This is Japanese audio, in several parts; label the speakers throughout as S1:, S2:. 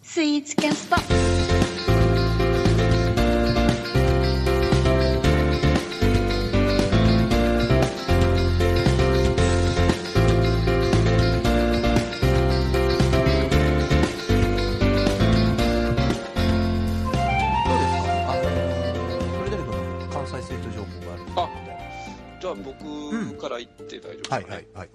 S1: スイーツキャスト。
S2: どうですかあの、それぞれの関西生徒情報がある
S3: あ
S2: みたいな
S3: じゃあ僕から言って大丈夫ですか、
S2: は
S3: ね
S2: いはいはい。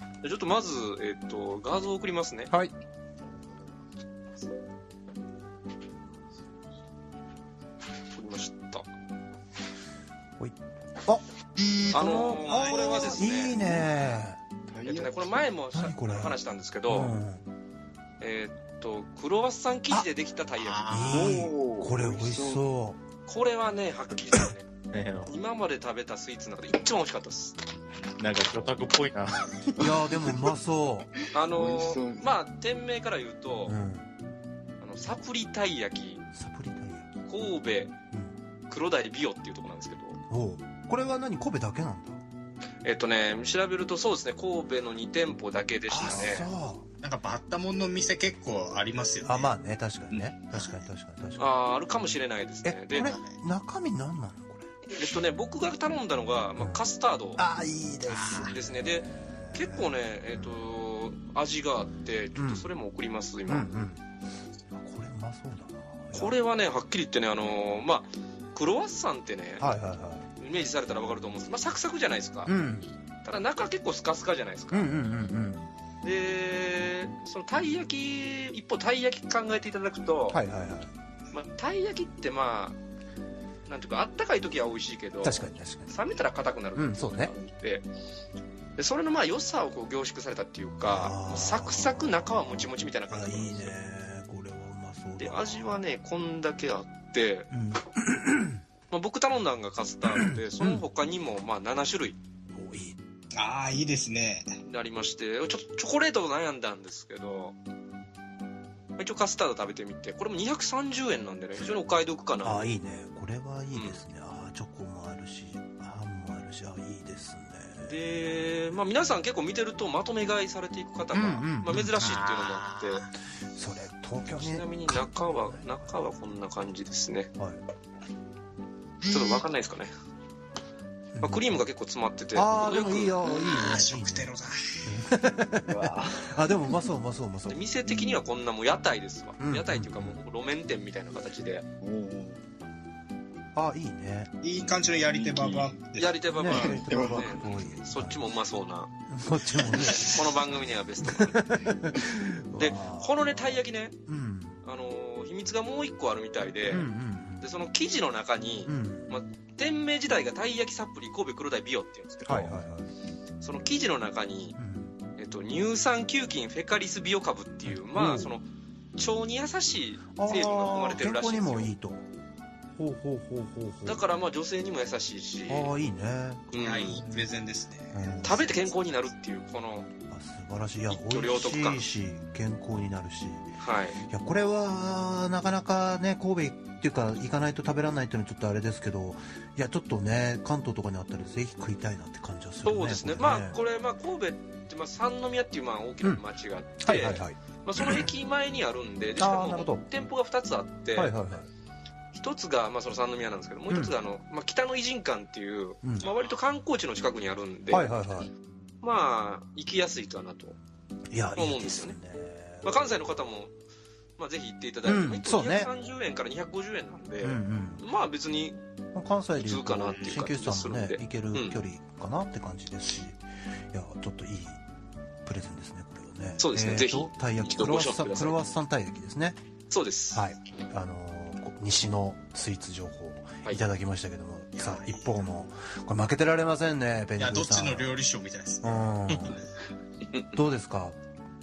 S3: じゃあちょっとまず、えっと、画像を送りますね。
S2: はい。
S3: 送りました。
S2: あ
S3: あのーこれはですね
S2: いいね。
S3: えっとね、これ前もしゃ
S2: 何これ
S3: 話したんですけ
S2: う
S3: ど、
S2: ん。
S3: えっと、クロワッサン生地でできたたい焼
S2: いい。これ美味し
S4: う。
S2: そ
S3: き。これはね、はっきりですね。
S4: ね
S3: 今まで食べたスイーツの中で一番美味しかったです。
S4: なんか魚拓っぽいな。
S2: う。いやーでもうまそ
S3: あ
S4: 美
S3: の
S4: 味しそう
S3: ーまあ、店名から言うと
S2: う。う、ん。
S3: あのサプリたい焼き、
S2: サプリタイヤ。
S3: 神戸
S2: うん。
S3: 黒鯛美容っていうところなんですけど、
S2: おうこれは何神戸だけなんだ。
S3: えっとね、調べるとそうですね、神戸の2店舗だけでしたね。
S2: あそう。
S5: なんかバッタモンの店結構ありますよね。
S2: あまあね確かにね確かに確かに確か
S3: あーあるかもしれないですね
S2: え
S3: で
S2: こ
S3: え
S2: れに。中身なんなのこれ。
S3: っとね僕が頼んだのが、まあ、カスタード
S2: あーいいです。
S3: ですねで結構ねえっ、と味があってちょっとそれも送ります、
S2: うんう
S3: 今、
S2: ん。これうまそうだな。
S3: これはねはっきり言ってねあのーまあクロワッサンってね、
S2: はいはいはい。
S3: イメージされたら分かると思うんです、まあ、サクサクじゃないですか、
S2: うん
S3: ただ中結構スカスカじゃないです
S2: う
S3: か、
S2: んうんうん
S3: でそのたい焼き一方たい焼き考えていただくと、
S2: うん。はいはいはい。
S3: まあ、たい焼きってまあなんていうかあったかい時は美味しいけど
S2: 確かに確かに。
S3: 冷めたら硬くなる
S2: うんそうね。
S3: ででそれのまあ良さをこう凝縮されたっていう
S2: あ
S3: か
S2: ー
S3: サクサク中はもちもちみたいな感
S2: あ
S3: じ
S2: いいねこれはうまそうだ
S3: で味はねこんだけあって、
S2: うん
S3: まあ、僕頼んだのがカスター ドでその他にもまあ7種類
S2: おいい
S5: ああ、いいですね。
S3: ありましてちょっとチョコレートを悩んだんですけどまあ一応カスタード食べてみてこれも230円なんでね非常にお買い得かな
S2: あいいねこれはいいですね、あチョコもあるしあんもあるしあいいですね
S3: で、まあ、皆さん結構見てるとまとめ買いされていく方が、
S2: うんうん
S3: まあ、珍しいっていうのもあって
S2: それ東京に
S3: ちなみに中は中はこんな感じですね
S2: はい
S3: ちょっとわかんないですかね、まあ、クリームが結構詰まってて
S2: ああで
S3: 程よ
S2: も
S3: く
S2: いいよいいね
S5: ああ、
S2: いい
S5: 食テ
S2: ね
S5: ロだ。
S2: あでもうまそううまそううまそう
S3: で店的にはこんなもう屋台ですわ、
S2: うん
S3: 屋台というかもう路面店みたいな形で
S2: あいいね
S5: いい感じのやり手ババアです
S3: やり手ばば
S2: ね
S3: あ、ね
S2: やり手ばばあかっこいい
S3: そっちもうまそうな
S2: こっちもね
S3: この番組にはベスト かな で
S2: わあ
S3: このねたい焼きね、
S2: うん
S3: あのー秘密がもう一個あるみたいで,、
S2: うん
S3: でその生地の中に、
S2: うんうん
S3: 店名自体がたい焼きサプリ神戸黒鯛美容っていうんですけど、
S2: はいはいはい
S3: その生地の中に、
S2: うん
S3: えっと、乳酸球菌フェカリスビオ株っていうま
S2: うん
S3: あその腸に優しい
S2: あ
S3: 成分が含まれ
S2: ー
S3: てる
S2: 健
S3: らしい
S2: 康
S3: んで
S2: に
S3: すよ
S2: もいいとほうほうほうほうほう
S3: だからまあ女性にも優しいし、
S2: ああいいね
S3: うん
S5: はい、いいプレゼンです
S2: う
S5: ね。
S2: ん
S3: 食べて健康になるっていうこの、
S2: あ素晴らしいいや
S3: 一
S2: 美
S3: 挙両
S2: 味
S3: 得感
S2: しいし健康になるしい
S3: はい、
S2: やこれはなかなかね神戸っていうか行かないと食べられないっていうのはちょっとあれですけどいやちょっとね関東とかにあったらぜひ食いたいなって感じはするね
S3: そうですね
S2: これ
S3: まあこれ、まあ、神戸ってまあ三宮っていうまあ大きな町があって、
S2: はいはいはい
S3: まあ、その駅前にあるんででし
S2: あーな
S3: か
S2: るほど
S3: も店舗が2つあって、
S2: はいはいはい
S3: 一つがまあその三宮なんですけどもう一つがあの、まあ、北の偉人館っていう、
S2: うん
S3: まあ、割と観光地の近くにあるんで、
S2: はいはいは
S3: まあ行きやすいかなと、
S2: いいや
S3: 思
S2: い
S3: うん
S2: い
S3: で
S2: ですす
S3: よ
S2: ね
S3: ねまあ、関西の方も、まあ、ぜひ行っていただいて、
S2: うん
S3: まあ一
S2: そ
S3: 個
S2: うね
S3: 230円から250円なんで、
S2: うんうん
S3: まあ別に
S2: まあ関西でいう
S3: 普通かな
S2: と
S3: っていう
S2: 鍼
S3: 感じ
S2: 灸
S3: が
S2: 師さんもね
S3: するんで
S2: 行ける
S3: うん
S2: 距離かなって感じですし、いやちょっといいプレゼンですねこれはね
S3: そうですね
S2: えーと
S3: ぜひ
S2: たい焼き
S3: 一
S2: クロ
S3: 度ご
S2: ワ
S3: 賞
S2: ッサン
S3: くださ
S2: ク
S3: い
S2: ロワッサンたい焼きですね
S3: そうです、
S2: はい、あのーこ西のスイーツ情報
S3: はい
S2: いただきましたけども、さあ一方のこれ負けてられませんねペ
S5: い
S2: ニ
S5: や、
S2: カ
S5: どっ
S2: さ
S5: ち
S2: ん
S5: の料理賞みたいですね。
S2: うんどうですか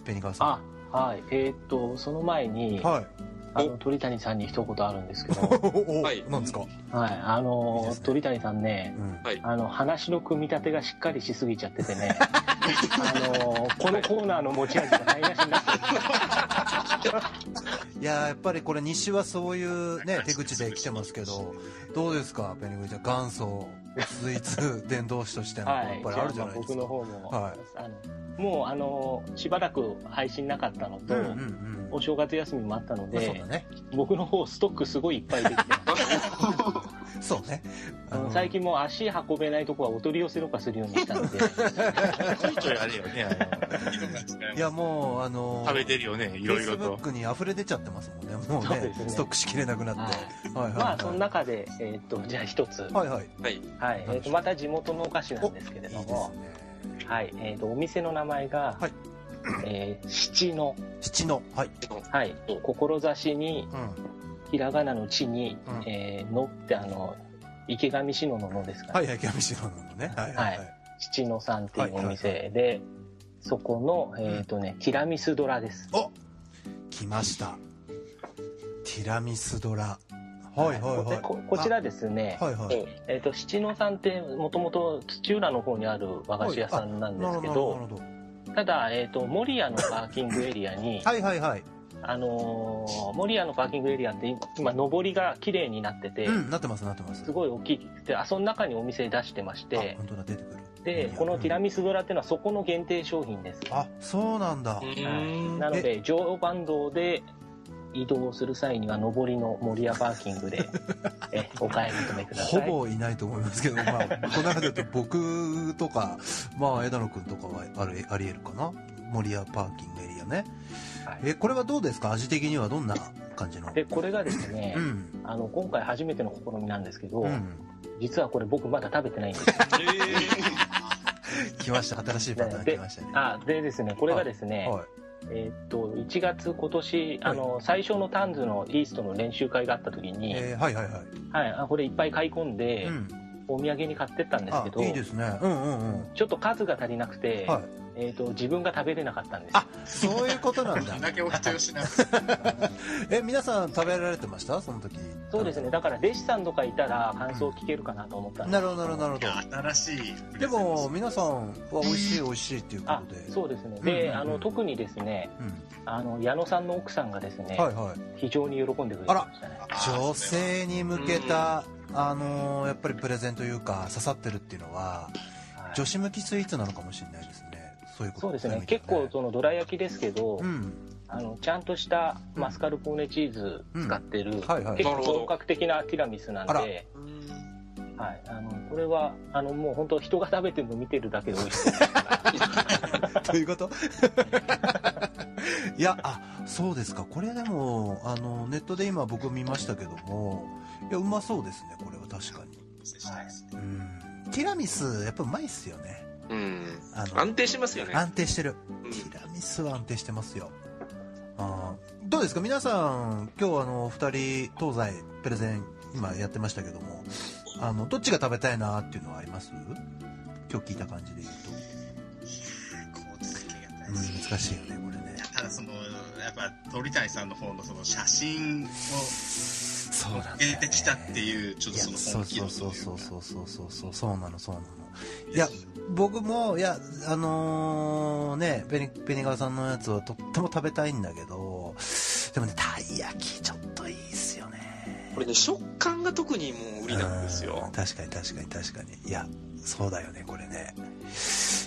S2: ペニカさん
S6: あ、はい。えーっと、その前に、
S2: はい
S6: あの、鳥谷さんに一言あるんですけど、
S2: おおお
S3: はい
S2: なんですか、
S6: はい。あの
S2: いいですね
S6: 鳥谷さんね、
S2: うん
S6: あの、話の組み立てがしっかりしすぎちゃって てね、あのこのコーナーの持ち味が台無しになってる
S2: いやーやっぱりこれ西はそういうね手口で来てますけどどうですかペニカちゃん元祖スイー ツ伝道師としての
S6: は
S2: やっ
S6: い。
S2: ぱりあるじゃないですか、
S6: 僕の方も、
S2: はい
S6: あのもう、あのしばらく配信なかったのと、
S2: うんうんうん
S6: お正月休みもあったの
S2: まあそう
S6: で
S2: だ、ね。
S6: 僕の方ストックすごいいっぱいできて、
S2: そうね。 あの
S6: 最近もう足運べないとこはお取り寄せとかするようにしたの で、
S4: ちょいちょいあれよね、あの
S5: 色が違います
S2: いや、もう、あの
S4: 食べてるよね、いろいろと。
S2: Facebook に溢れ出ちゃってますもんね。もう
S6: そう
S2: ね
S6: です、ね
S2: ストックしきれなくな
S6: は
S2: っ
S6: い
S2: て。はいはいはい。
S6: まあその中で、えーっとじゃあ一つ、は
S2: はいはい。
S3: はい。
S6: いえーっとまた地元のお菓子なんですけれ
S2: い
S6: ど
S2: いです
S6: も、
S2: ね。
S6: はいえーっとお店の名前が、
S2: はい
S6: えー七の、
S2: 七の。はい。
S6: はい、志に
S2: うん。
S6: ひらがなの地に、
S2: うん
S6: えーのってあの池上志乃ののですから、
S2: はいはい、キャミシロなのね。はいはいは。
S6: はい七野さんっていうお店で、そこの、えーっとねティラミスドラです。
S2: お来ました。ティラミスドラ。はいはいはい。
S6: ここちらですね、
S2: あはいはい
S6: えーえーと七野さんってもともと土浦の方にある和菓子屋さんなんです
S2: な
S6: け
S2: る
S6: ど
S2: ほど。
S6: ただ、えー、と守谷のパーキングエリアに、
S2: はいはいはい。
S6: あのー守谷のパーキングエリアって今上りが綺麗になってて、
S2: うん、なってますなってます。
S6: すごい大きくてあその中にお店出してまし
S2: あ
S6: て
S2: 本当だ、出てくる。
S6: でこのティラ
S2: ミ
S6: ミスドラっていうのはそこの限定商品です、
S2: あ、そうなんだ。
S3: うん。
S6: なので常磐道で移動する際には上りの守谷パーキ ングでえお買い求めくだ
S2: ほ
S6: さい
S2: ぼいないと思い ますけど、まあ、この中で言うと僕とか、まあ、枝野くんとかはあるあり得るかな。森屋パーキングエリアね。
S6: はい
S2: え、これはどうですか味的にはどんな感じの
S6: でこれがですね、
S2: うん。
S6: あの今回初めての試みなんですけど、
S2: うん。
S6: 実はこれ僕まだ食べてないんですよ
S2: 来ました。新しいパターン
S6: で
S2: 来ましたね。
S6: あでですねこれがですね、
S2: は
S6: えーっと1月今年あの、最初のタンズのイーストの練習会があった時
S2: い。
S6: に、
S2: えーはいはいはい。
S6: はい、あこれいっぱい買い込んで、
S2: うん。
S6: お土産に買ってったんです
S2: あ
S6: けど、
S2: いいですね。うんうんうん。
S6: ちょっと数が足りなくて、
S2: はい。
S6: えーっと自分が食べれなかったんです
S2: あそういうことなんだ
S5: どん。だけお人よしな
S2: え、皆さん食べられてましたその時。
S6: そうですねだから弟子さんとかいたら感想聞けるかなと思ったんです
S2: なるほどなるほどなるほど。
S5: 新しい
S2: でも皆さんは美味しい美味しいっていうこ
S6: あ
S2: とで、
S6: そうですね
S2: うんうん
S6: で、
S2: うん
S6: あの特にですね
S2: うん、
S6: あの矢野さんの奥さんがですね、
S2: はいはい
S6: 非常に喜んでくれてましたね
S2: 女性に向けた、あのーやっぱりプレゼンというか刺さってるっていうのは
S6: はい
S2: 女子向きスイーツなのかもしれないですねそういうこと
S6: そうです
S2: い意
S6: ね
S2: 味は
S6: 結構そのどら焼きですけど、
S2: うん
S6: あのちゃんとしたマスカルポーネチーズ使ってる、
S2: んはいはい
S6: 結構本格的なティラミスなん
S2: あら
S6: で、はい、あのこれはあのもう本当人が食べてるの見てるだけで美味 しい
S2: ということ いやあそうですかこれでもあのネットで今僕見ましたけどもいやうまそうですねこれは確かにうんティラミスやっぱうまいっすよね
S3: うん。
S2: あの
S3: 安定してますよね。
S2: 安定してる
S3: うん
S2: ティラミスは安定してますよ。あーどうですか皆さん、今日あの、お二人、東西、プレゼン、今やってましたけども、あの、どっちが食べたいなっていうのはあります今日聞いた感じで言うと。うん、難しいよね、これね。
S5: ただそのやっぱ鳥谷さんの方のその写真を
S2: そうなんだ
S5: 出
S2: よ、ね。
S5: てきたっていうちょっ
S2: い
S5: と
S2: や
S5: その
S2: そう
S5: 本気
S2: そ
S5: 度
S2: う
S5: と
S2: そう
S5: い
S2: そうう
S5: か
S2: そうそうそうそうそうなのそうなのいや僕もいやあのーねペニペニガワさんのやつはとっても食べたいんだけどでもねたい焼きちょっといいっすよね
S3: これね、食感が特にもう売りなんです
S2: う
S3: よ
S2: ん。確かに確かに確かにいやそうだよねこれね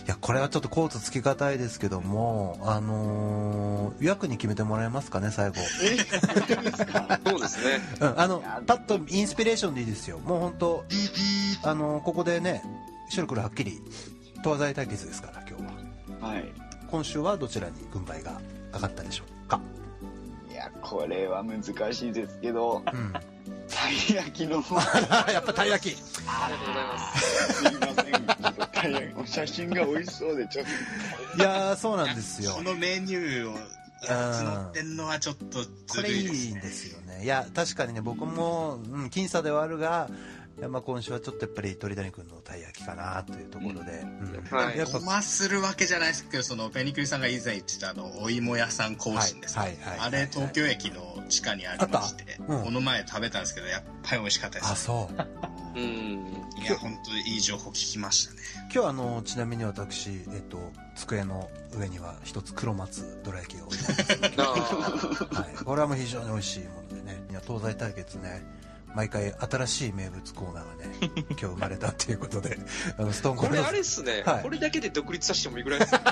S2: いやこれはちょっとコートつきがたいですけどもあのー、役に決めてもらえますかね最後、
S3: そうですね。
S2: うん、あのパッとインスピレーションでいいですよもう本当あのーここでね白黒はっきり東西対決ですから今日は
S1: はい。
S2: 今週はどちらに軍配が上がったでしょうか
S1: いや、これは難しいですけ ど、
S2: うん
S1: たい焼きの方が
S2: やっぱたい焼き
S3: ありがとうございます。
S1: すいません。ちょっとたい焼き、写真が美味しそうで、ちょっ
S2: いやーそうなんですよ
S5: このメニューを募ってんのはちょっと
S2: こ
S5: ず
S2: れ
S5: る
S2: い
S5: い
S2: い
S5: です
S2: ん
S5: ね
S2: ですよね。いや、確かにね、僕も、うん、僅差ではあるが、いやまあ今週はちょっとやっぱり鳥谷君のたい焼きかなというところで、うん
S3: はい
S2: やっぱ
S5: ごまするわけじゃないですけどそのペニクリさんが以前言ってたあのお芋屋さん更新です
S2: は
S5: か
S2: いはいはい
S5: あれ東京駅の地下にありまして
S2: あったうん
S5: この前食べたんですけどやっぱり美味しかったで
S2: あ、
S5: す
S2: そう。
S3: うん。
S5: いや本当にいい情報聞きましたね
S2: 今日あの、ちなみに私、えっと、机の上には一つ黒松どら焼きが置いてあります。
S3: あ
S2: はい。これはもう非常に美味しいものでね。いや、東西対決ね。毎回新しい名物コーナーがね、今日生まれたっていうことで、あの、ストーンコ
S3: こ
S2: ール
S3: れ
S2: ド
S3: あれっすね、
S2: はい
S3: これだけで独立させてもいいぐらいですね
S2: ポ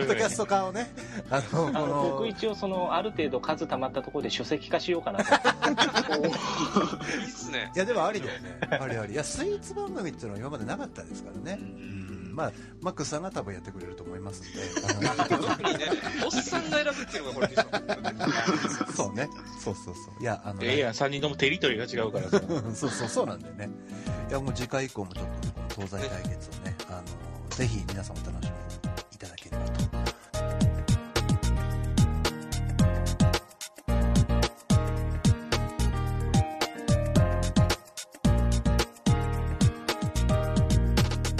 S2: ッドキャスト化をね、あの、こ
S6: あの僕
S2: の、
S6: 一応そのある程度数溜まったところで書籍化しようかなと
S3: いいっすね
S2: いやでもありだよね。ありあり。いや、スイーツ番組っていうのは今までなかったですからね。うんまあ、マックスさんが多分やってくれると思いますんで。あの
S3: 特にねおっさんが選ぶっていうのがこれでし
S2: そうね。そうそうそう。いや、あの、
S4: ええやん、三人ともテリトリーが違うからさ。
S2: うんそうそうそうなんだよね。いや、もう次回以降もちょっとね、この東西対決をね、あの、ぜひ皆さんお楽しみにいただければと。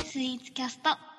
S7: スイーツキャスト